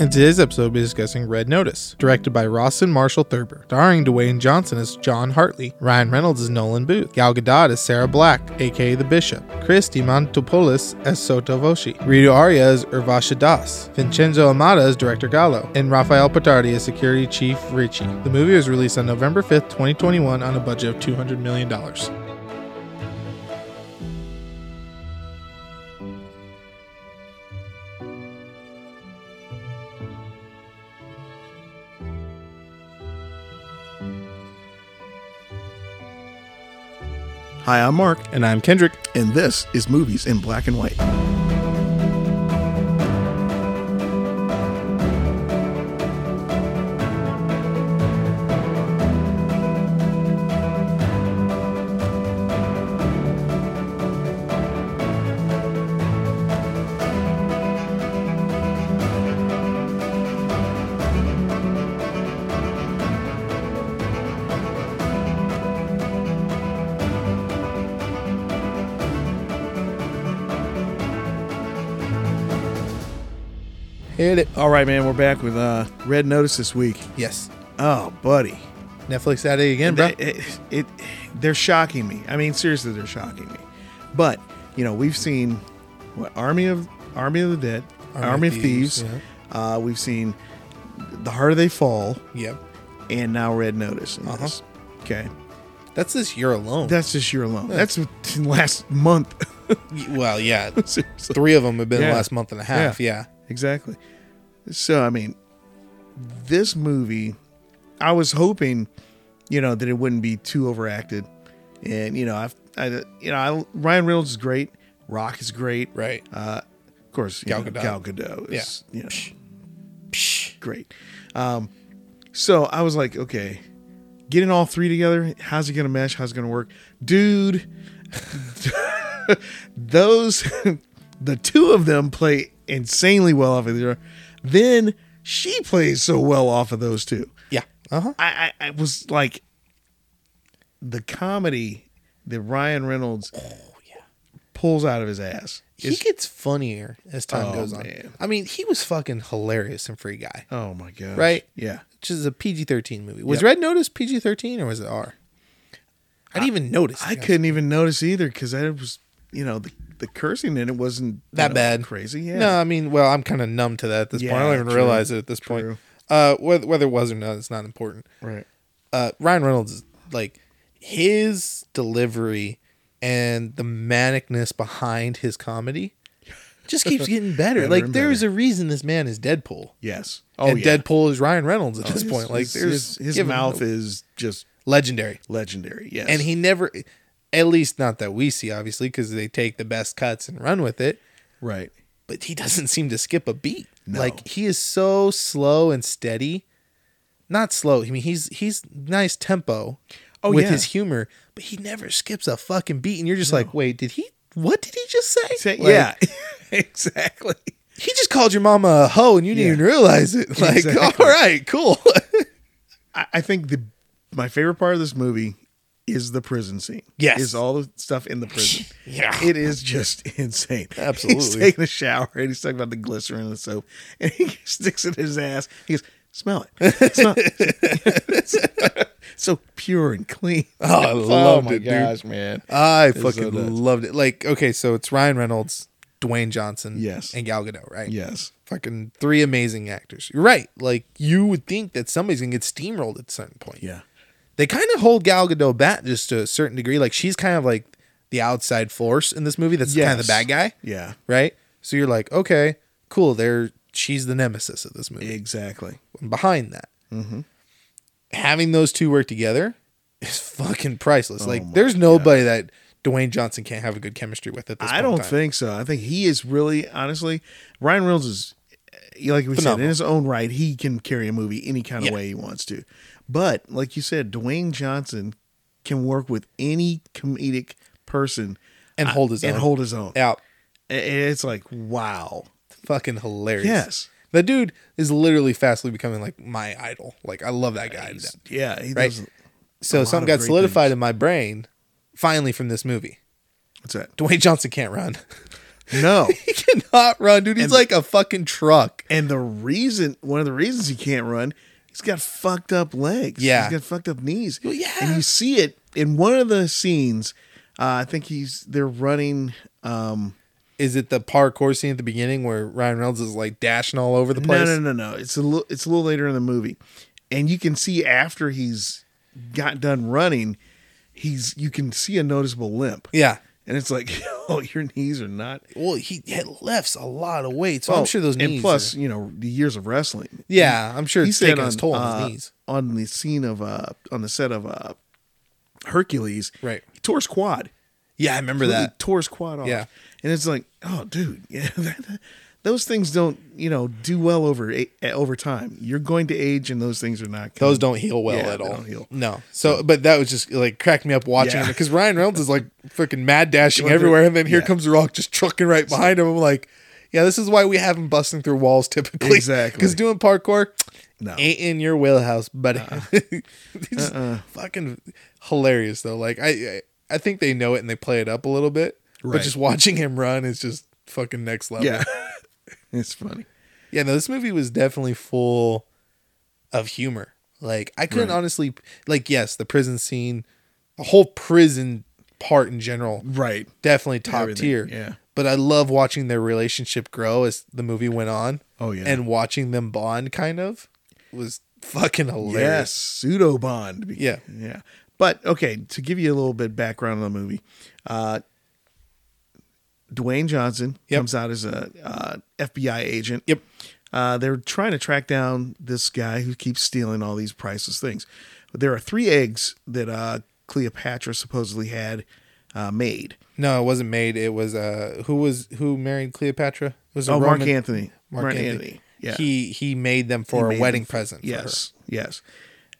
In today's episode, we'll be discussing Red Notice, directed by Ross and Marshall Thurber, starring Dwayne Johnson as John Hartley, Ryan Reynolds as Nolan Booth, Gal Gadot as Sarah Black, aka the Bishop, Christy Mantopoulos as Soto Voshi, Rito Arya as Urvasha Das, Vincenzo Amata as Director Gallo, and Rafael Patardi as Security Chief Ricci. The movie was released on November 5th, 2021 on a budget of $200 million. Hi, I'm Mark, And I'm Kendrick. and this is Movies in Black and White. Hit it. All right, man, we're back with uh, Red Notice this week. Yes. Oh, buddy. Netflix at it again, bro. It, it, it- they're shocking me. I mean, seriously, they're shocking me. But, you know, we've seen what Army of Army of the Dead, Army, of Thieves. Uh, we've seen The Harder They Fall, Yep. and now Red Notice. in Uh-huh. this. Okay. That's this year alone. That's this year alone. That's within last month. well, yeah. Seriously. Three of them have been the Yeah. last month and a half. Yeah. Exactly. So I mean, this movie, I was hoping, you know, that it wouldn't be too overacted, and you know, I've, I, you know, I, Ryan Reynolds is great, Rock is great, Right. Uh, of course, you Gal know, Gadot. Gal Gadot is you know, great. Um, so I was like, okay, getting all three together, how's it gonna mesh? How's it gonna work, dude? those the two of them play insanely well off of each other. Then she plays so well off of those two. Yeah. Uh huh. I, I, I was like the comedy that Ryan Reynolds pulls out of his ass. He gets funnier as time Oh, goes on. man. I mean, he was fucking hilarious in Free Guy, Oh my god. Right? Yeah. which is a PG 13 movie. Was Yep. Red Notice PG 13 or was it R? I didn't even notice. I to be honest. couldn't even notice either because I was, you know, the, the cursing in it wasn't you that know, bad. Crazy. Yeah. No, I mean, well, I'm kind of numb to that at this point. I don't Yeah, even true, realize it at this true. point. Uh, whether, whether it was or not, it's not important. Right. uh, Ryan Reynolds, is, like his delivery and the manicness behind his comedy just keeps getting better. Better like and there's a reason this man is Deadpool. Yes. Oh, and Deadpool is Ryan Reynolds at this His- point. Like his- there's his, his give him mouth the- is just legendary. legendary. Yes. And he never at least not that we see obviously cuz they take the best cuts and run with it, right. but he doesn't seem to skip a beat. No. Like he is so slow and steady. Not slow. I mean, he's he's nice tempo Oh, with yeah. his humor, but he never skips a fucking beat, and you're just like, wait, did he? What did he just say? Say- Like, yeah. exactly. he just called your mama a hoe, and you didn't Yeah. even realize it. Like, Exactly. all right, cool. I, I think the my favorite part of this movie is the prison scene. Yes. Is all the stuff in the prison. yeah, It is just insane. He's Absolutely. taking a shower and he's talking about the glycerin and the soap and he sticks it in his ass. He goes, smell it. Smell it." so pure and clean. Oh, I loved it, dude. man. I so fucking nuts. loved it. Like, okay, so it's Ryan Reynolds, Dwayne Johnson, Yes. and Gal Gadot, right? Yes. fucking three amazing actors. You're right. Like you would think that somebody's gonna get steamrolled at a certain point. Yeah. They kind of hold Gal Gadot back just to a certain degree. Like she's kind of like the outside force in this movie. That's kind of the Yes. bad guy, Yeah. right? So you're like, okay, cool. There, she's the nemesis of this movie. Exactly. Behind that, Mm-hmm. having those two work together is fucking Oh priceless. like there's nobody that Dwayne Johnson can't have a good chemistry with at this. point I in don't time. think so. I think he is really, honestly, Ryan Reynolds is, eh, like we said, Phenomenal. in his own right, he can carry a movie any kind of Yeah. way he wants to. But like you said, Dwayne Johnson can work with any comedic person And hold his and own. hold his own. out. I- It's like wow. Fucking hilarious. Yes. The dude is literally fastly becoming like my idol. Like I love that guy. to death. Yeah. He Right. does. So lot something of got great solidified in my brain finally from this movie. What's that? Dwayne Johnson can't run. No. He cannot run, dude. He's like a fucking truck. And the reason, one of the reasons he can't run, he's got fucked up legs. Yeah. He's got fucked up knees. Well, yeah. And you see it in one of the scenes. Uh, I think he's, they're running. Um, Is it the parkour scene at the beginning where Ryan Reynolds is like dashing all over the no, place? no, no, no. It's a little, it's a little later in the movie. And you can see after he's got done running, he's, you can see a noticeable limp. Yeah. And it's like, oh, your knees are not. Well, he had lifts a lot of weight, so I'm Oh, sure those knees. And plus, are- you know, the years of wrestling. yeah, I'm sure he it's said taking on, its toll on uh, his knees. on the scene of uh on the set of uh Hercules, Right. He tore his quad. Yeah, I remember Really that. tore his quad off. Yeah. and it's like, oh, dude, yeah, that, those things don't you know do well over a- over time. You're going to age, and those things are not. Coming. Those don't heal well Yeah, at they all. don't heal. No. So, but that was just like cracked me up watching Yeah. it because Ryan Reynolds is like freaking mad dashing Going through- everywhere, and then here yeah. comes The Rock just trucking right behind him. I'm like, yeah, this is why we have him busting through walls typically. Exactly. Because doing parkour No. Uh-uh. ain't in your wheelhouse, buddy. It's Fucking hilarious though. Like I, I, I think they know it and they play it up a little bit. But Right. just watching him run is just fucking next level. Yeah, it's funny. Yeah, no, this movie was definitely full of humor. Like I couldn't Right. honestly like yes, the prison scene, the whole prison part in general, Right. definitely top Everything, tier. yeah. But I love watching their relationship grow as the movie went on. Oh, yeah. And watching them bond kind of was fucking Yes, hilarious. pseudo bond. Yeah. yeah. But okay, to give you a little bit background on the movie, uh, Dwayne Johnson Yep. comes out as a uh, FBI agent. Yep. Uh, they're trying to track down this guy who keeps stealing all these priceless things. But there are three eggs that uh, Cleopatra supposedly had uh, made. No, it wasn't made. It was uh who was who married Cleopatra? It was a Oh, Roman, Mark Anthony. Mark Anthony. Yeah. He he made them for made a them wedding present. for her. yes yes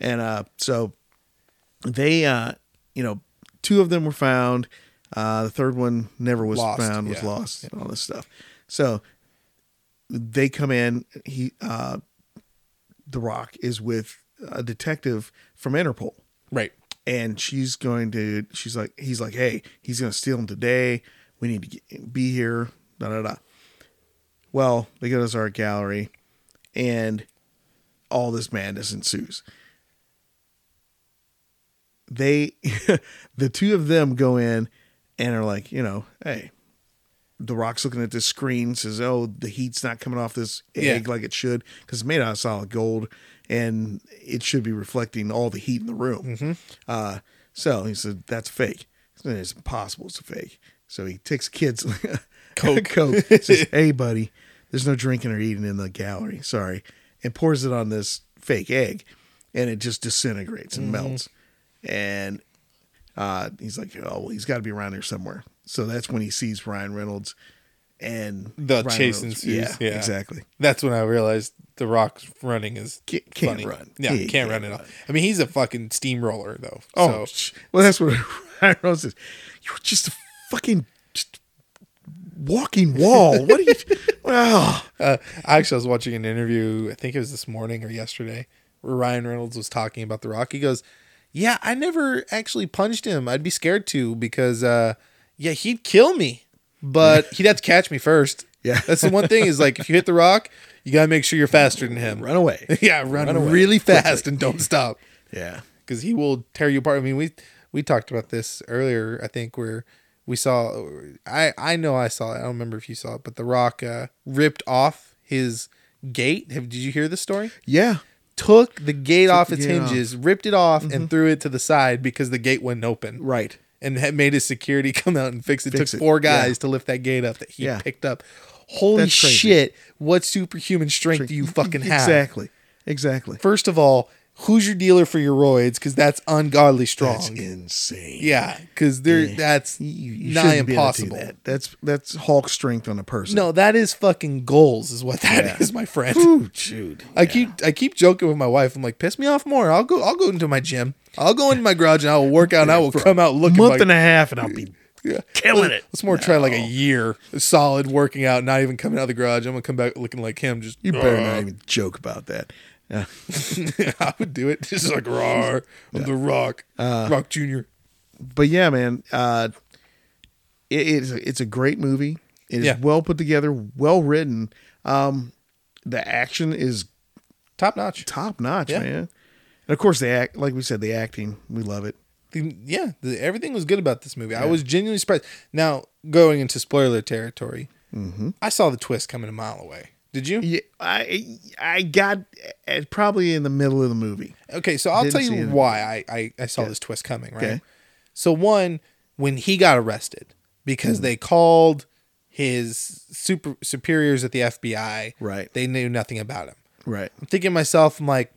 and uh so they uh you know two of them were found uh the third one never was Lost, found was yeah. lost and all this stuff so they come in he uh the rock is with a detective from interpol Right. and she's going to she's like he's like hey he's going to steal him today we need to get, be here da da da well they go to this art gallery and all this madness ensues they the two of them go in and are like you know hey the rock's looking at this screen says oh the heat's not coming off this Yeah. egg like it should because it's made out of solid gold and it should be reflecting all the heat in the room uh, so he said that's fake He said, it's impossible it's a fake so he takes kids coke coke says hey buddy there's no drinking or eating in the gallery sorry and pours it on this fake egg and it just disintegrates and melts and uh, he's like, oh, well, he's got to be around here somewhere. So that's when he sees Ryan Reynolds and The Ryan chase ensues, Yeah, yeah. exactly. That's when I realized The Rock's running is Ca- can't funny. run. Yeah, He can't, can't run at all. I mean, he's a fucking steamroller though. Oh, Oh, sh- well, that's what Ryan Reynolds says. You're just a fucking just walking wall. What are you? well, uh, actually, I was watching an interview. I think it was this morning or yesterday, where Ryan Reynolds was talking about The Rock. He goes, "Yeah, I never actually punched him. I'd be scared to because, uh, yeah, he'd kill me, but he'd have to catch me first. Yeah. that's the one thing is like if you hit The Rock, you gotta make sure you're faster than him. run away. yeah, run, Run away really fast and don't stop." Yeah. because he will tear you apart. I mean, we we talked about this earlier. I think where we saw, I I know I saw it. I don't remember if you saw it, but The Rock uh, ripped off his gate. Have, did you hear this story? Yeah. Took the gate off the its gate off. hinges, ripped it off, and threw it to the side because the gate wouldn't open. Mm-hmm. Right. And had made his security come out and fix it. Fix Took it, four yeah. guys to lift that gate up that he Yeah. picked up. Holy That's crazy. shit! What superhuman strength do you fucking have? E-, Exactly. Exactly. First of all, who's your dealer for your roids? Because that's ungodly strong. That's insane. Yeah, because they're that's You, you nigh shouldn't be able to do impossible. that. That's that's Hulk strength on a person. No, that is fucking goals, is what that is, Yeah. my friend. Ooh, dude. I keep I keep joking with my wife. I'm like, piss me off more. I'll go I'll go into my gym. I'll go into my garage and I will work out and I will come out looking month like and a half, and I'll be Yeah. killing it. Let's more try like a year solid working out, not even coming out of the garage. I'm gonna come back looking like him. Just You better not even joke about that. Uh, I would do it. Just like rawr, I'm the Rock, Uh. Rock Junior. but yeah, man, uh, it, it's it's a great movie. It is Yeah. well put together, well written. Um, the action is Top notch. top notch, Yeah. man. And of course, the act, like we said, the acting, we love it. The- yeah, the, everything was good about this movie. I was genuinely surprised. Now, going into spoiler territory, I saw the twist coming a mile away. Did you? Mm-hmm. Yeah, I I got uh, probably in the middle of the movie. Okay, so I'll Didn't tell see you it. why I, I, I saw this twist coming, right? Okay. So one, when he got arrested, Hmm. because they called his super superiors at the FBI, Right. They knew nothing about him. Right. I'm thinking to myself, I'm like,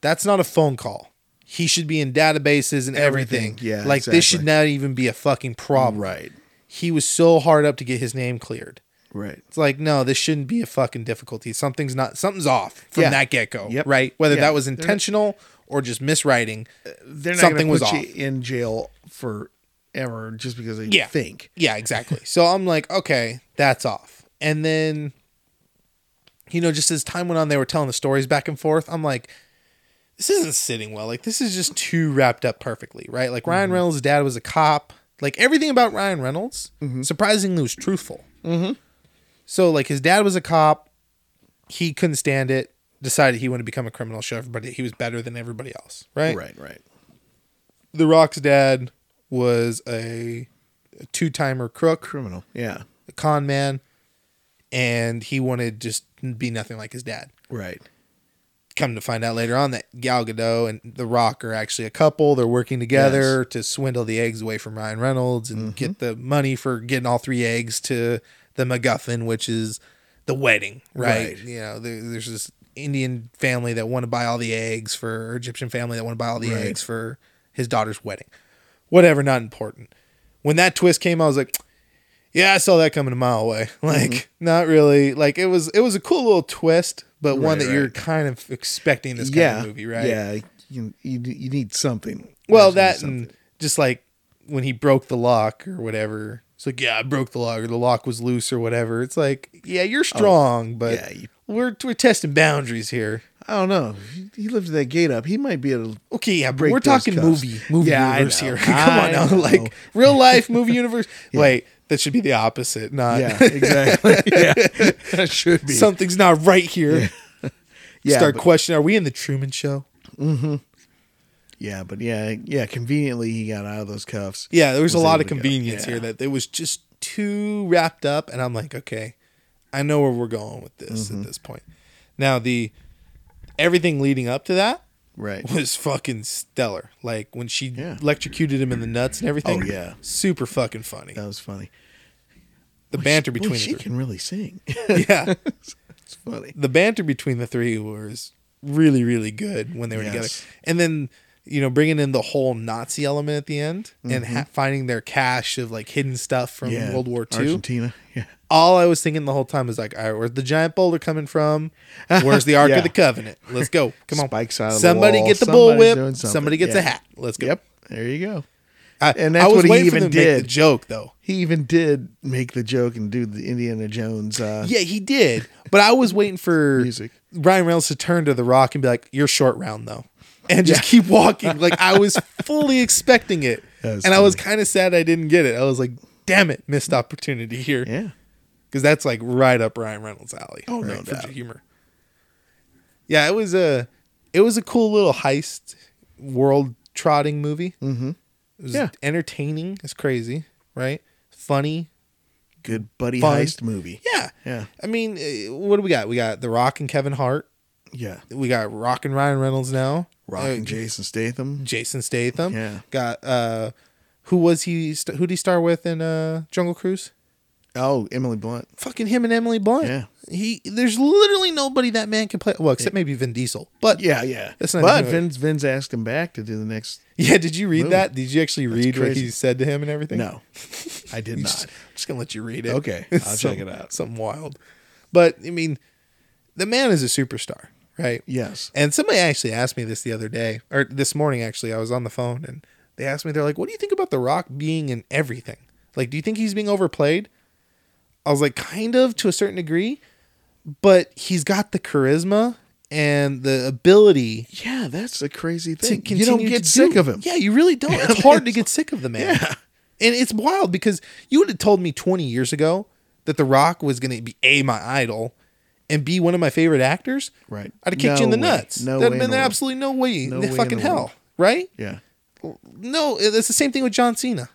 that's not a phone call. He should be in databases and everything. Everything, yeah, Like this should exactly. not even be a fucking problem. Right. He was so hard up to get his name cleared. Right. It's like, no, this shouldn't be a fucking difficulty. Something's not something's off from Yeah. that get go. Yep. Right? Whether Yeah. that was They're not- intentional or just miswriting. They're not Something gonna was put you in jail forever just because they Yeah. think. Yeah, exactly. so I'm like, okay, that's off. And then, you know, just as time went on, they were telling the stories back and forth. I'm like, this isn't sitting well. Like, this is just too wrapped up perfectly, right? Like, Ryan Reynolds' dad was a cop. Like, everything about Ryan Reynolds surprisingly was truthful. Mm-hmm. So, like, his dad was a cop. He couldn't stand it. Decided he wanted to become a criminal. Show everybody he was better than everybody else, right? Right. Right. The Rock's dad was a, a two timer crook Criminal. Yeah. a con man, and he wanted just be nothing like his dad. Right. Come to find out later on that Gal Gadot and The Rock are actually a couple. They're working together to swindle the eggs away from Ryan Reynolds and get the money for getting all three eggs to the MacGuffin, which is the wedding, right? Right. You know, there, there's this Indian family that want to buy all the eggs for or Egyptian family that want to buy all the Right. eggs for his daughter's wedding. Whatever, not important. When that twist came, I was like, yeah, I saw that coming a mile away. Like, not really. Like it was it was a cool little twist, but one Mm-hmm. Right, that you're right. kind of expecting this kind yeah. of movie, right? Yeah. You, you you need something. Well, There's gonna be that and just like when he broke the lock or whatever. It's like, yeah, I broke the lock or the lock was loose or whatever. It's like, yeah, you're strong, but Oh, yeah, you- we're we're testing boundaries here. I don't know. He- He lifted that gate up. He might be able to. Okay, yeah, but Break we're those talking cuffs. movie movie Yeah, I universe know. here. Come on I now, know. like real life movie universe. Wait, that should be the opposite. Not Yeah, exactly. yeah, that should be. something's not right here. yeah, start but, questioning, are we in the Truman Show? yeah, but yeah, yeah. Conveniently, he got out of those cuffs. Yeah, there was, a Was lot able of to go. convenience here that it was just too wrapped up, and I'm like, okay, I know where we're going with this Mm-hmm. at this point. Now the everything leading up to that Right. was fucking stellar. Like when she Yeah. electrocuted him in the nuts and everything. Oh, yeah. super fucking funny. That was funny. the banter Boy, between she the can really sing. three, yeah, it's funny. the banter between the three was really really good when they were together Yes. and then you know bringing in the whole nazi element at the end and ha- finding their cache of like hidden stuff from Mm-hmm. Yeah. world war ii Argentina. Yeah. all i was thinking the whole time was like all right where's the giant boulder coming from where's the ark Yeah. of the covenant let's go come on Spikes out of the somebody wall. get the Somebody's bullwhip doing something. somebody gets a Yeah. hat let's go Yep. There you go. I, And that's I was what he waiting even for them to make did. the joke though He even did make the joke and do the Indiana Jones. Uh, yeah he did but i was waiting for Music. Ryan Reynolds to turn to The Rock and be like, "You're short round though," and just keep walking. Like I was fully expecting it, That and was I was kind of sad I didn't get it. I was like, "Damn it, missed opportunity here," because yeah. that's like right up Ryan Reynolds' alley. Oh, no right, for doubt. humor. Yeah, it was a, it was a cool little heist, world trotting movie. Mm-hmm. It was Yeah. entertaining. It's crazy, right? Funny. Good buddy Fun. heist movie. Yeah, Yeah. I mean, eh, what do we got? We got The Rock and Kevin Hart. Yeah. we got Rock and Ryan Reynolds now. Rock Uh, and Jason Statham. Jason Statham. Yeah. Got uh who was he st- who did he star with in uh Jungle Cruise? Oh, Emily Blunt. Fucking him and Emily Blunt. Yeah. He there's literally nobody that man can play well except maybe Vin Diesel. But Yeah, yeah. That's not but even really- Vin's Vin's asked him back to do the next. Yeah, did you read Really? that? Did you actually read what crazy. he said to him and everything? No, I did You not. Just, I'm just gonna let you read it. Okay, It's I'll some- check it out. Something wild. But I mean, the man is a superstar, right? Yes. And somebody actually asked me this the other day, or this morning actually. I was on the phone and they asked me, they're like, "What do you think about The Rock being in everything? Like, do you think he's being overplayed?" I was like, "Kind of, to a certain degree, but he's got the charisma and the ability Yeah, that's a crazy to thing. continue You don't to get do sick it. of him. Yeah, you really don't. It's hard to get sick of the man. Yeah. And it's wild because you would have told me 20 years ago that The Rock was going to be A, my idol, and B, one of my favorite actors, Right. I'd have kicked No you in the way. nuts. No That'd way have in been the world. absolutely no way. No in way in fucking the hell, world. right? Yeah. No, it's the same thing with John Cena.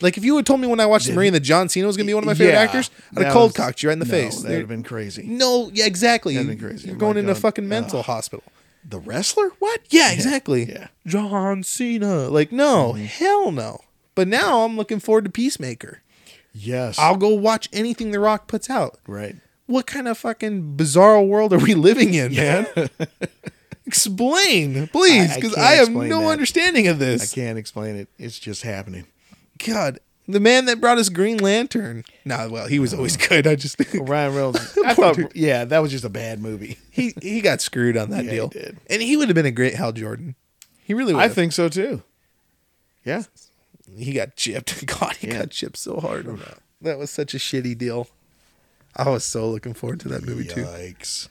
Like if you had told me when I watched The Marine that John Cena was going to be one of my favorite Yeah. actors, I'd That have cold was- cocked you right in the no, face. That would have been crazy. No, yeah, exactly. That'd been crazy. Oh You're My going into a God. fucking mental hospital. The wrestler? What? Yeah, exactly. yeah. Mm-hmm. John Cena. Like, no, hell no. But now I'm looking forward to Peacemaker. Yes. I'll go watch anything The Rock puts out. right. What kind of fucking bizarre world are we living in, man? explain, please, I- I because can't I, have explain no that. understanding of I this. can't explain it. It's just happening. God, the man that brought us Green Lantern. Nah, well, he was always good. I just Ryan Reynolds. I Poor thought, dude. yeah, that was just a bad movie. he he got screwed on that Yeah, he deal. did. And he would have been a great Hal Jordan. He really would. I have. think so too. Yeah. he got chipped. God, he Yeah. got chipped so hard on that. That was such a shitty deal. I was so looking forward to that movie too. Yikes.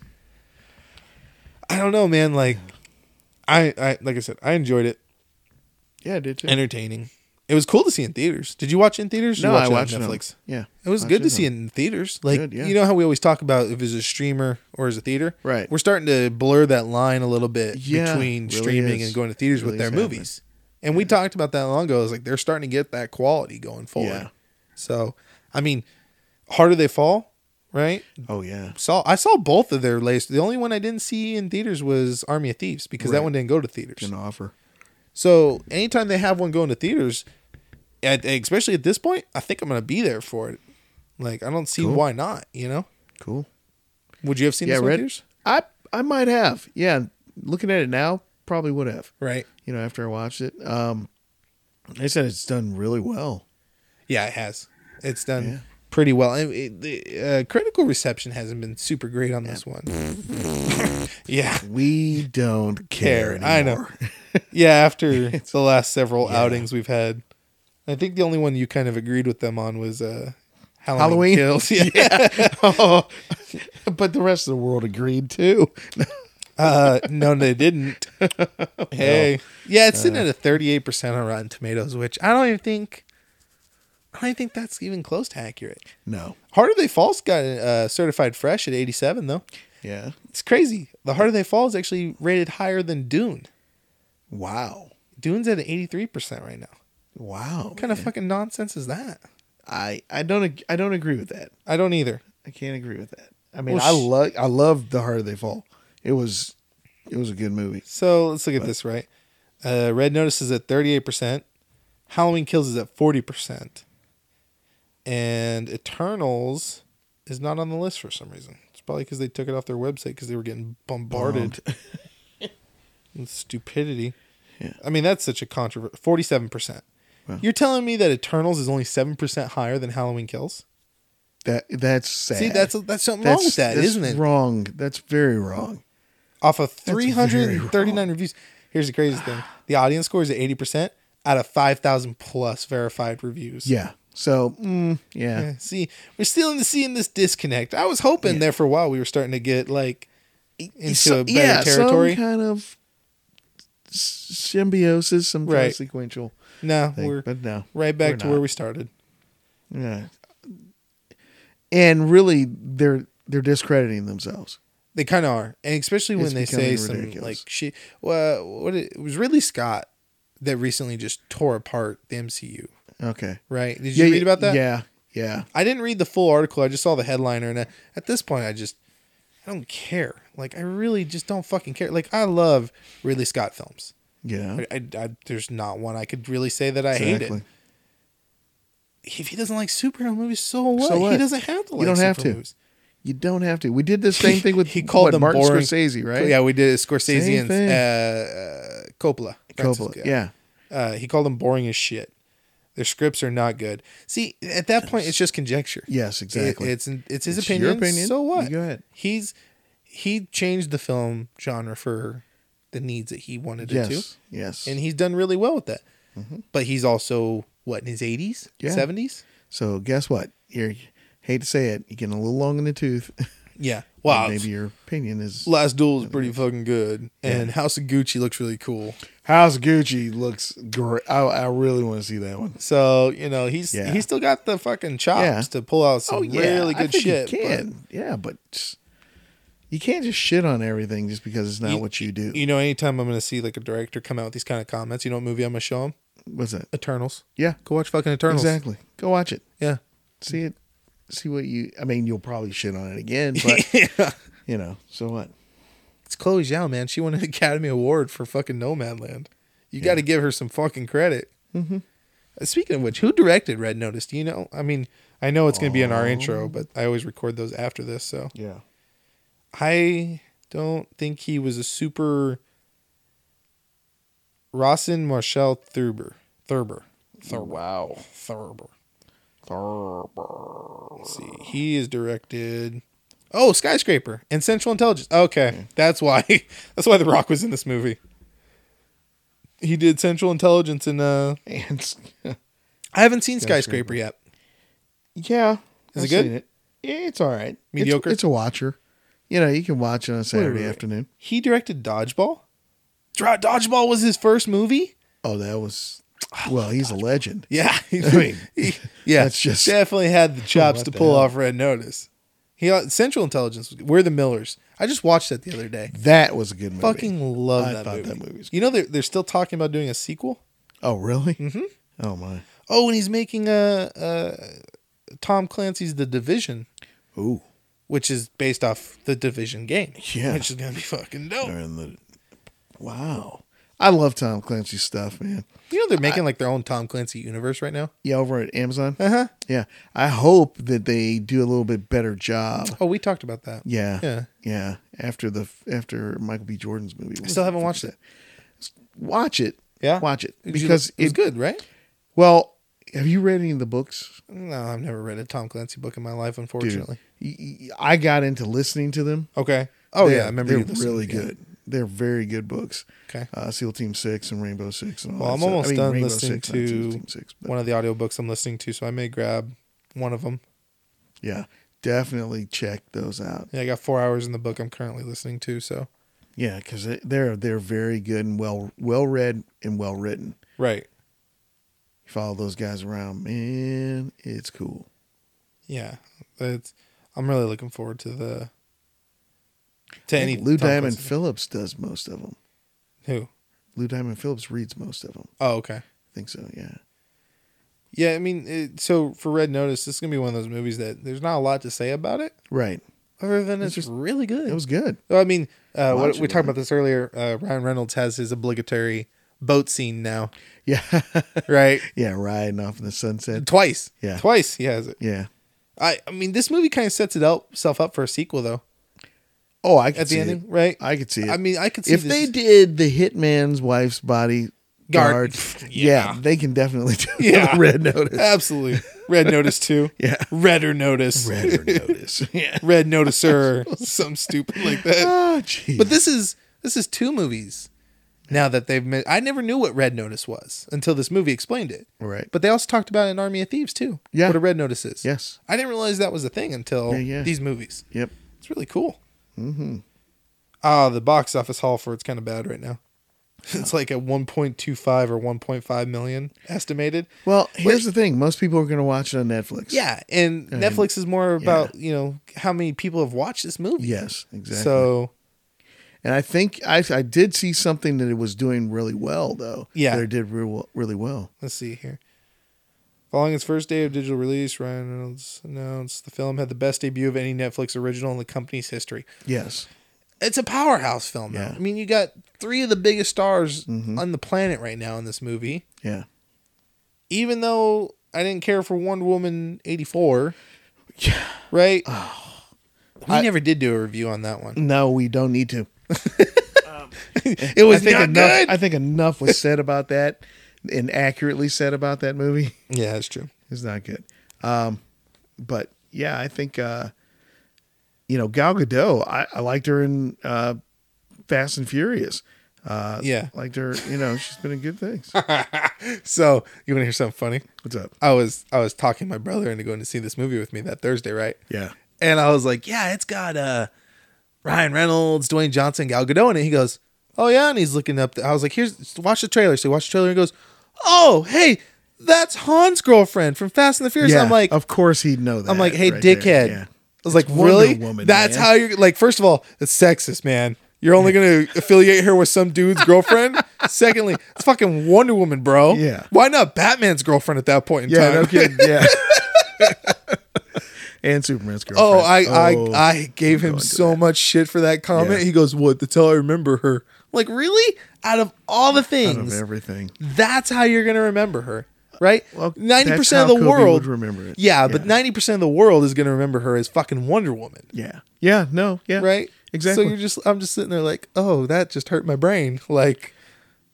I don't know, man. Like, I, I like I said, I enjoyed it. Yeah, I did too. Entertaining. It was cool to see in theaters. Did you watch it in theaters? or no, you I on watched it on- Yeah. It was watched good to on- see it in theaters. Like Good, yeah. you know how we always talk about if it's a streamer or is a theater. Right. We're starting to blur that line a little bit Yeah, between really streaming is. and going to theaters Really with their is happening. movies. And we talked about that long ago. It's like they're starting to get that quality going forward. Yeah. So I mean, harder they fall, right? Oh yeah. Saw I saw both of their latest. The only one I didn't see in theaters was Army of Thieves because that Right. one didn't go to theaters. An offer. So anytime they have one going to theaters, at, especially at this point, I think I'm gonna be there for it. Like I don't see Cool. why not. You know, Cool. would you have seen Yeah, this one in Red. theaters? I I might have. Yeah. Looking at it now, probably would have. Right. You know, after I watched it. Um they said it's done really well. Yeah, it has. It's done Yeah. pretty well. And it, the uh, critical reception hasn't been super great on this one. yeah, We don't care. Care. I know. anymore. yeah. After the last several outings we've had, I think the only one you kind of agreed with them on was uh, Halloween, Halloween? Kills. Yeah. oh, but the rest of the world agreed too. Uh, no, they didn't. hey, yeah, it's sitting at a thirty-eight percent on Rotten Tomatoes, which I don't even think. I don't even think that's even close to accurate. No. Harder They Falls got uh, certified fresh at eighty-seven, though. Yeah. It's crazy. The Harder They Fall is actually rated higher than Dune. Wow. Dune's at an eighty-three percent right now. Wow. What kind of fucking nonsense is that? I I don't ag- I don't agree with that. I don't either. I can't agree with that. I mean, Well, I sh- love I love The Harder They Fall. It was it was a good movie. So let's look at this, right? Uh, Red Notice is at 38%. Halloween Kills is at 40%. And Eternals is not on the list for some reason. It's probably because they took it off their website because they were getting bombarded Um, with stupidity. Yeah. I mean, that's such a controversy. 47%. Wow. You're telling me that Eternals is only 7% higher than Halloween Kills? That that's sad. See, that's that's something That's- wrong with that, that's isn't it? Wrong. That's very wrong. off of very 339 reviews. Here's the craziest thing: the audience score is at 80 percent out of 5,000 plus verified reviews. Yeah. So mm, yeah. Yeah, See, we're still in seeing this disconnect. I was hoping there for a while we were starting to get like into So- a better territory. Some kind of s- symbiosis, some kind Right. of sequential no, thing. we're but no, right back we're to where not. we started. Yeah. And really, they're they're discrediting themselves. They kind of are, and especially when It's they say becoming some ridiculous. like shit. Well, what it, it was Ridley Scott that recently just tore apart the MCU. Okay. Right? Did you read about that? Yeah. Yeah. I didn't read the full article. I just saw the headliner, and I, at this point, I just I don't care. Like I really just don't fucking care. Like I love Ridley Scott films. Yeah. I, I, I- there's not one I could really say that I hate Exactly. it. If he doesn't like superhero movies, so what? So what? He doesn't have to. You Like don't have superhero to. Movies. You don't have to. We did the same thing with He called what, them Martin boring- Scorsese, right? Yeah, we did it. Scorsese Same and thing. uh, uh, Coppola. Francis, Coppola. Yeah. Uh, he called them boring as shit. Their scripts are not good. See, at that point, it's just conjecture. Yes. Exactly. It- it's it's his It's opinion. your opinion. So what? You go ahead. He's he changed the film genre for the needs that he wanted it yes. Yes. to, and he's done really well with that. But he's also what in his eighties, Yeah. seventies. so guess what? You're hate to say it. You're getting a little long in the tooth. Yeah. Wow. Maybe your opinion is Last Duel is pretty fucking good, and House of Gucci looks really cool. House Gucci looks great. I, I really want to see that one. So you know he's Yeah. he's still got the fucking chops Oh, Yeah. to pull out some really I good think shit. You but- can, yeah, but just- you can't just shit on everything just because it's not what you do. You know, anytime I'm going to see like a director come out with these kind of comments, you know what movie I'm going to show him? What's that? Eternals. Yeah, Go watch fucking Eternals. exactly. Go watch it. Yeah. See it. See what you. I mean, you'll probably shit on it again, but you know, so what? It's Chloe Zhao, man. She won an Academy Award for fucking Nomadland. You got to give her some fucking credit. Uh, Speaking of which, who directed Red Notice? Do you know? I mean, I know it's going to be in our intro, but I always record those after this. So Yeah. I don't think he was a super. Rossin Marshall Thurber. Thurber. Wow. Thurber. Let's see. He is directed. Oh, Skyscraper and Central Intelligence. Okay, that's why. That's why The Rock was in this movie. He did Central Intelligence and uh And I haven't seen Skyscraper Skyscraper. yet. yeah, Is it I've good? seen It. Yeah, it's all right. It's- Mediocre? It's, a watcher. You know, you can watch it on a Saturday wait, wait. afternoon. He directed Dodgeball. Dra- Dodgeball was his first movie. Oh, that was. Oh, Well, he's a legend. Yeah, he, I mean, yeah, that's just- definitely had the chops What to the pull hell? off Red Notice. He uh, Central Intelligence. was- We're the Millers. I just watched that the other day. That was a good movie. Fucking love I that thought movie. that movie was you know they're they're still talking about doing a sequel. Oh, really? Mm-hmm. Oh my. Oh, and he's making a, a Tom Clancy's The Division, Ooh. which is based off the Division game. Yeah. which is gonna be fucking dope. They're in the. Wow. I love Tom Clancy stuff, man. You know they're making like their own Tom Clancy universe right now. Yeah, over at Amazon. Uh huh. Yeah, I hope that they do a little bit better job. Oh, we talked about that. Yeah, Yeah. yeah. After the after Michael B. Jordan's movie, I still haven't watched it. Watch it. Yeah? watch it Did you- because it was it. good, right? Well, have you read any of the books? No, I've never read a Tom Clancy book in my life, Dude, unfortunately. y- y- I got into listening to them. Okay. Oh They're- yeah, I remember They're you listening, really yeah. good. They're very good books. Okay. uh, SEAL Team Six and Rainbow Six and all Well, that I'm stuff. I almost mean, done Rainbow listening Six, not SEAL to Team Six, but one of the audiobooks I'm listening to, so I may grab one of them. yeah, definitely check those out. Yeah, I got four hours in the book I'm currently listening to. So Yeah, because they're they're very good and well well read and well written. right, You follow those guys around, man, it's cool. yeah, it's. I'm really looking forward to the. To I any think Lou Tom Diamond Clancy- Phillips does most of them. Who? Lou Diamond Phillips reads most of them. Oh, okay. I think so. Yeah. Yeah, I mean, it, so for Red Notice, this is gonna be one of those movies that there's not a lot to say about it, Right. other than it's, just- really good. It was good. Well, I mean, uh, Watch what, it, we talked man. about this earlier. Uh, Ryan Reynolds has his obligatory boat scene now, Yeah. right? yeah. Riding off in the sunset. Twice, Yeah. twice he has it. Yeah. I, I mean, this movie kind of sets it up, self up for a sequel though. Oh, I could At see the it. ending, right? I could see it. I mean, I could see if this- they did the hitman's wife's body Guard. guard, Yeah. yeah. they can definitely do Yeah. Uh, the red notice. Absolutely. Red Notice 2. Yeah. Redder Notice. Red notice. yeah. Red Noticer. some stupid like that. Oh, geez. But this is this is two movies. Now that they've made, I never knew what Red Notice was until this movie explained it. right. But they also talked about it in Army of Thieves too. Yeah. What a Red Notice is. yes. I didn't realize that was a thing until Yeah, yeah. these movies. Yep. It's really cool. Mm-hmm. Ah, the box office haul for it's kind of bad right now. It's like at 1.25 or 1.5 million estimated. Well, here's the thing: most people are going to watch it on Netflix. Yeah, and Netflix is more about you know how many people have watched this movie. Yes, exactly. So and I think I I did see something that it was doing really well though. Yeah. that it did real well- really well. let's see here. Following its first day of digital release, Ryan Reynolds announced the film had the best debut of any Netflix original in the company's history. Yes, It's a powerhouse film. though. Yeah. I mean, you got three of the biggest stars on the planet right now in this movie. yeah, Even though I didn't care for Wonder Woman eighty four, yeah. right? we never did do a review on that one. No, we don't need to. It was I think not enough. good. I think enough was said about that, and accurately said about that movie. yeah, that's true. It's not good. Um, but yeah, I think uh, you know Gal Gadot. I, I liked her in uh, Fast and Furious. Uh, Yeah. liked her. You know, she's been in good things. So you want to hear something funny? What's up? I was I was talking my brother into going to see this movie with me that Thursday, right? Yeah. and I was like, yeah, it's got uh, Ryan Reynolds, Dwayne Johnson, Gal Gadot in it. He goes, oh yeah, and he's looking up. The, I was like, here's watch the trailer. So he watched the trailer and he goes, oh hey, that's Han's girlfriend from Fast and the Furious. yeah, I'm like, of course he'd know that. I'm like, hey, right there. dickhead. Yeah. I was like, Wonder really? Woman, That's man. how you're like. First of all, it's sexist, man. You're only gonna affiliate her with some dude's girlfriend. Secondly, it's fucking Wonder Woman, bro. Yeah. Why not Batman's girlfriend at that point in Yeah, time? no kidding. Yeah. and Superman's girlfriend. Oh, I, Oh. I I gave him into so much shit for that comment. Yeah. He goes, "What? That's how I remember her." I'm like, really? Out of all the Out of things, everything. that's how you're gonna remember her, right? Well, Ninety that's percent how of the Kobe would world remember it. Yeah, but Yeah. ninety percent of the world is gonna remember her as fucking Wonder Woman. Yeah. Yeah. No. Yeah. right? Exactly. So you're just I'm just sitting there like, oh, that just hurt my brain. Like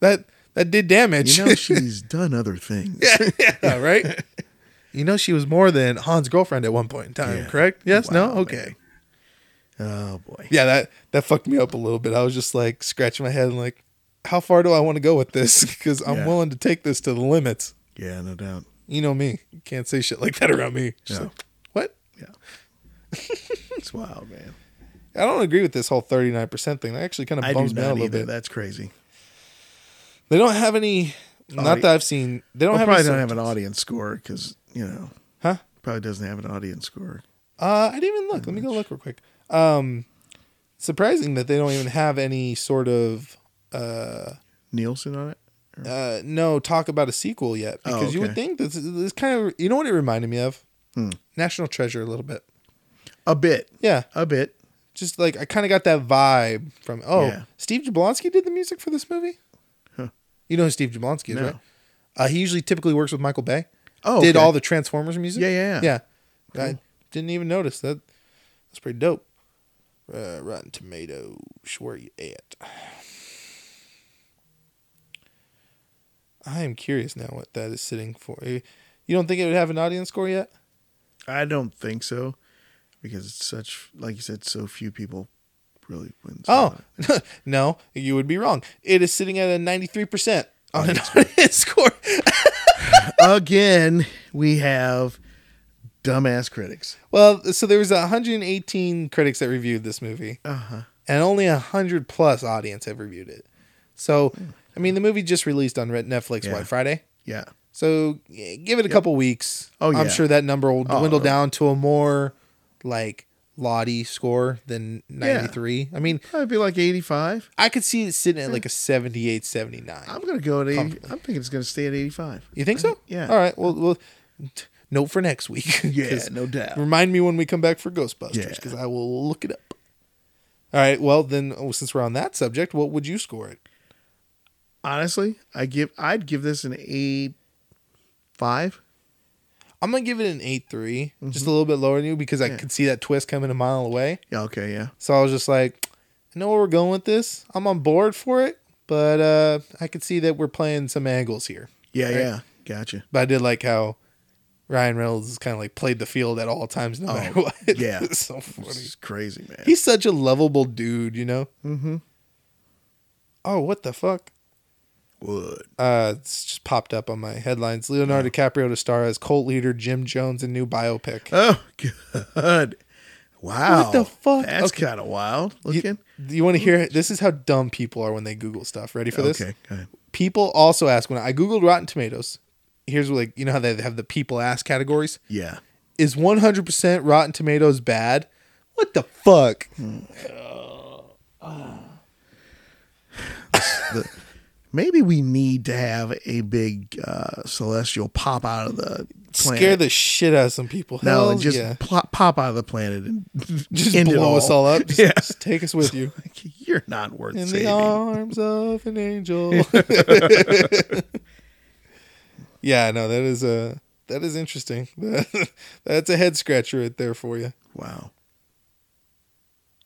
that that did damage. You know she's done other things. yeah, right? You know she was more than Han's girlfriend at one point in time, Yeah. correct? Yes, Wow, no? Okay. man. Oh boy. Yeah, that that fucked me up a little bit. I was just like scratching my head and like, how far do I want to go with this? Because I'm Yeah. willing to take this to the limits. Yeah. No doubt. You know me. You can't say shit like that around me. Just No. like, what? Yeah. it's wild, man. I don't agree with this whole 39% thing. That actually kind I of do bums me out a not little either. bit. That's crazy. They don't have any. Not Audi- that I've seen. They don't Well, have. probably any don't have an symptoms. audience score because you know Huh? probably doesn't have an audience score. Uh, I didn't even look. Let me go Mm-hmm. look real quick. Um, surprising that they don't even have any sort of uh, Nielsen on it. uh, no talk about a sequel yet Oh, because you would okay. think this this kind of you know what it reminded me of Hmm. National Treasure a little bit. A bit. Yeah, A bit. just like I kind of got that vibe from. Oh, Yeah. Steve Jablonsky did the music for this movie. Huh. You know who Steve Jablonsky is, No. right? Uh, he usually typically works with Michael Bay. Oh, did okay. all the Transformers music. Yeah, yeah, yeah. I didn't even notice that. That's pretty dope. Uh, Rotten Tomatoes, where you at? I am curious now what that is sitting for. You you don't think it would have an audience score yet? I don't think so because it's such like you said, so few people really win. Oh no, you would be wrong. It is sitting at a ninety-three percent on an audience score. again, we have dumbass critics. Well, so there was hundred and eighteen critics that reviewed this movie. Uh huh. and only a hundred plus audience have reviewed it. So, I mean, the movie just released on Red- Netflix Yeah. what Friday. Yeah. So yeah, give it a couple weeks. Oh, yeah. I'm sure that number will Oh. dwindle down to a more like Lottie score than 93. I mean, I'd be like 85. I could see it sitting at like a 78, 79. Hmm. I'm gonna go at 80. Comfortably. I'm thinking it's gonna stay at 85. you think so? Yeah. All right. Well, well t- note for next week. 'Cause no doubt. Remind me when we come back for Ghostbusters Yeah. because I will look it up. All right. Well, then, oh, since we're on that subject, what would you score it? Honestly, I give I'd give this an 85. I'm gonna give it an eight just a little bit lower than you because I Mm-hmm. Yeah. could see that twist coming a mile away. Yeah. Okay. Yeah. So I was just like, I know where we're going with this. I'm on board for it, but uh, I could see that we're playing some angles here. Yeah. Right. Yeah. Gotcha. But I did like how Ryan Reynolds is kind of like played the field at all times, no matter what. Oh, yeah. it's so funny. This is crazy, man. He's such a lovable dude, you know. mm-hmm. Oh, what the fuck? Would. Uh, it's just popped up on my headlines. Leonardo DiCaprio to star as cult leader Jim Jones in new biopic. Oh, good. Wow. What the fuck? That's Okay. kind of wild You- looking. Do you want to hear? This is how dumb people are when they Google stuff. Ready for this? Okay. Go ahead. People also ask when I Googled Rotten Tomatoes. Here's like you know how they have the people ask categories. Yeah. Is 100% Rotten Tomatoes bad? What the fuck? Hmm, The, maybe we need to have a big uh, celestial pop out of the planet. Scare the shit out of some people. no, Hell and just yeah. plop, pop out of the planet and just end it blow us all up. Just, Yeah. just take us with you Like, You're not worth in the saving. arms of an angel. yeah, no, that is uh, that is interesting. That's a head scratcher right there for you. wow.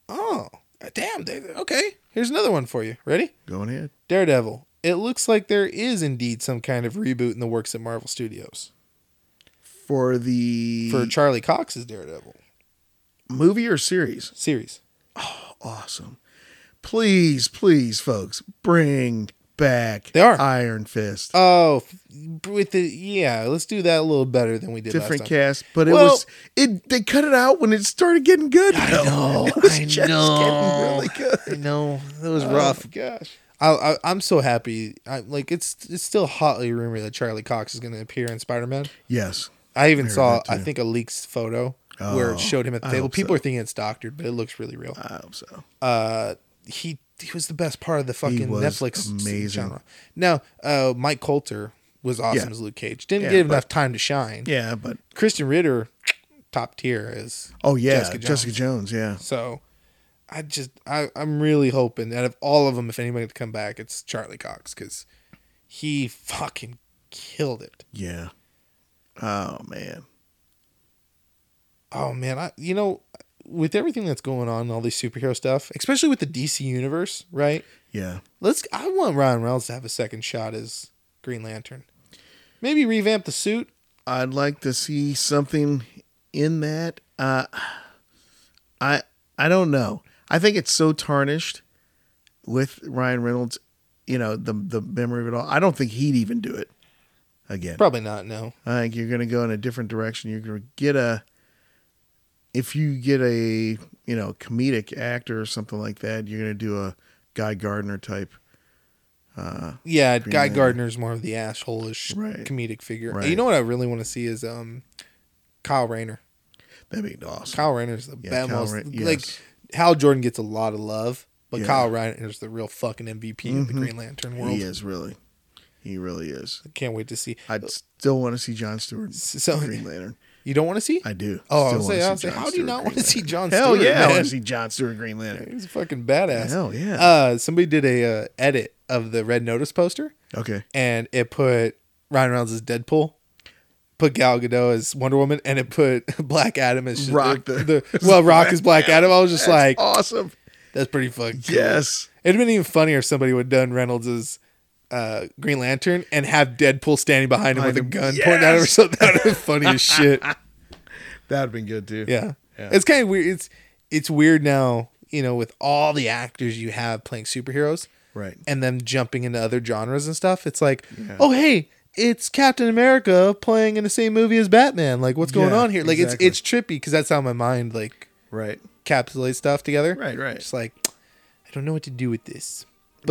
Oh, damn. They, okay. Here's another one for you. Ready? Going ahead. Daredevil. It looks like there is indeed some kind of reboot in the works at Marvel Studios For the for Charlie Cox's Daredevil movie or series? series. Awesome. Please, please, folks, bring back. They are. Iron Fist. Oh, f- with the yeah, let's do that a little better than we did Different last time. cast, but it Well- was it. They cut it out when it started getting good. I know, It was I just know. getting really good. I know that was Oh rough. my gosh. I, I I'm so happy. I, like it's it's still hotly rumored that Charlie Cox is going to appear in Spider Man. Yes. I even heard saw that I too. think a leaked photo where Oh, it showed him at the I table. hope People so. are thinking it's doctored, but it looks really real. I hope Um, so. Uh, he he was the best part of the fucking was Netflix amazing. genre. Now, uh, Mike Coulter was awesome Yeah. as Luke Cage. Didn't Yeah, get but- enough time to shine. Yeah, but Christian Ritter, top tier is oh yeah, Jessica Jessica Jones. Jones. yeah, so. I just I I'm really hoping out of all of them, if anybody to come back, it's Charlie Cox because he fucking killed it. yeah. Oh man, Oh man, I you know, with everything that's going on, all these superhero stuff, especially with the DC universe, right? yeah. Let's. I want Ryan Reynolds to have a second shot as Green Lantern. Maybe revamp the suit. I'd like to see something in that. Uh, I I don't know. I think it's so tarnished with Ryan Reynolds. You know the the memory of it all. I don't think he'd even do it again. Probably not. No. I think you're going to go in a different direction. You're going to get a if you get a you know comedic actor or something like that. You're going to do a Guy Gardner type. Uh, Yeah, Green Guy Lantern. Gardner's more of the assholeish Right. comedic figure. Right. You know what I really want to see is um, Kyle Rayner. that'd be awesome. Kyle Rayner's the Yeah, best. Kyle most- Ray- Like yes. Hal Jordan gets a lot of love, but Yeah. Mm-hmm. Kyle Rayner's the real fucking MVP of the Green Lantern world. He is really, he really is. Can't wait to see. I still want to see John Stewart So Green Lantern. you don't want to see? I do. Oh, I Still was wanna say, I see was say, John how do you Stewart not Green want to Lantern. see John Hell Stewart? yeah, I want man? to see John Stewart Green Lantern. He's a fucking badass. Hell yeah. Uh, somebody did a uh, edit of the Red Notice poster, Okay, and it put Ryan Reynolds as Deadpool, put Gal Gadot as Wonder Woman, and it put Black Adam as Rock The, the- well, Rock is Black Adam. I was just like, awesome. that's pretty fucking. cool. Yes. It'd been even funnier if somebody would done Reynolds as uh, Green Lantern and have Deadpool standing behind him with a Behind gun him. pointing at him or Yes. something. That would have been funny as shit. That'd have been good too. Yeah. Yeah. It's kind of weird. It's it's weird now, you know, with all the actors you have playing superheroes Right. and them jumping into other genres and stuff. It's like, Yeah. oh hey, it's Captain America playing in the same movie as Batman. Like what's going Yeah, on here? Like exactly. it's it's trippy because that's how my mind like Right. capsulates stuff together. Right, right. Just like I don't know what to do with this.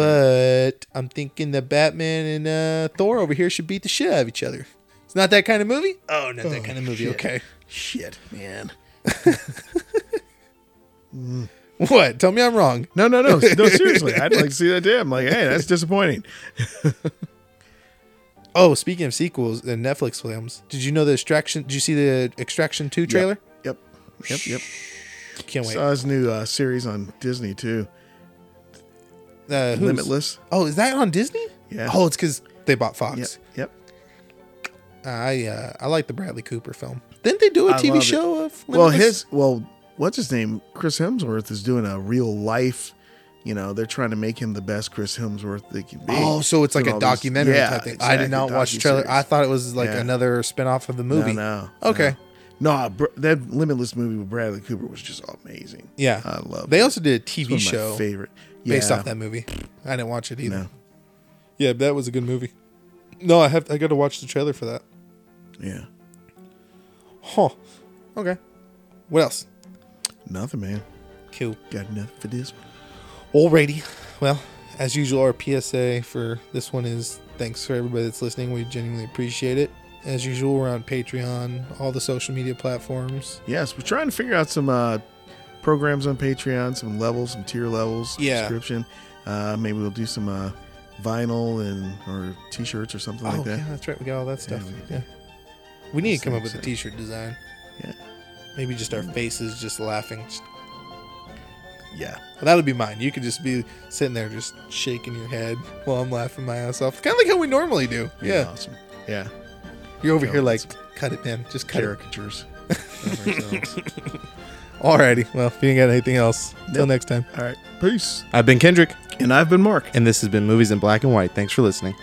But I'm thinking that Batman and uh, Thor over here should beat the shit out of each other. It's not that kind of movie. Oh, not that kind of movie. shit. Okay. Shit, man. What? Tell me I'm wrong. No, no, no, no. Seriously, I'd like to see that too. I'm like, hey, that's disappointing. Oh, speaking of sequels and Netflix films, did you know the Extraction? Did you see the Extraction Two trailer? Yep. Yep. Yep. Can't wait. Saw his new uh, series on Disney too, uh, who's- Limitless. Oh, is that on Disney? Yeah. Oh, it's because they bought Yep. Fox. Yep. I uh, I like the Bradley Cooper film. Didn't they do a I TV love it. show of? Well, Limitless? his well, what's his name? Chris Hemsworth is doing a real life. You know, they're trying to make him the best Chris Hemsworth they can be. Oh, so it's like a Doing all these- documentary yeah, type thing. I did exactly, not watch the trailer. I docuseries. thought it was like Yeah. another spin off of the movie. No, no. Okay. No, No, br- that Limitless movie with Bradley Cooper was just amazing. Yeah. I love. They it. also did a It's TV one of my show favorite based Yeah. off that movie. I didn't watch it either. No. Yeah, that was a good movie. No, I have I got to watch the trailer for that. Yeah, Huh. Okay. What else? nothing, man. Cool. Got nothing for this one. Alrighty. Well, as usual, our PSA for this one is thanks for everybody that's listening. We genuinely appreciate it. As usual, we're on Patreon, all the social media platforms. Yes, we're trying to figure out some uh, programs on Patreon, some levels, some tier levels, Yeah. subscription. Uh, maybe we'll do some uh, vinyl and or t-shirts or something oh, like that. yeah, that's right. We got all that stuff. we Yeah. could We, need That's to come up with a exciting. t shirt design. Yeah. Maybe just our faces just laughing. Just- Yeah, well, that would be mine. You could just be sitting there just shaking your head while I'm laughing my ass off. Kind of like how we normally do. Yeah. awesome. Yeah, You're over Yeah, here like, that's- cut it, man. Just cut it. caricatures. of ourselves. Alrighty. Well, if you ain't got anything else, till Nope. next time. All right, peace. I've been Kendrick, And I've been Mark. and this has been Movies in Black and White. Thanks for listening.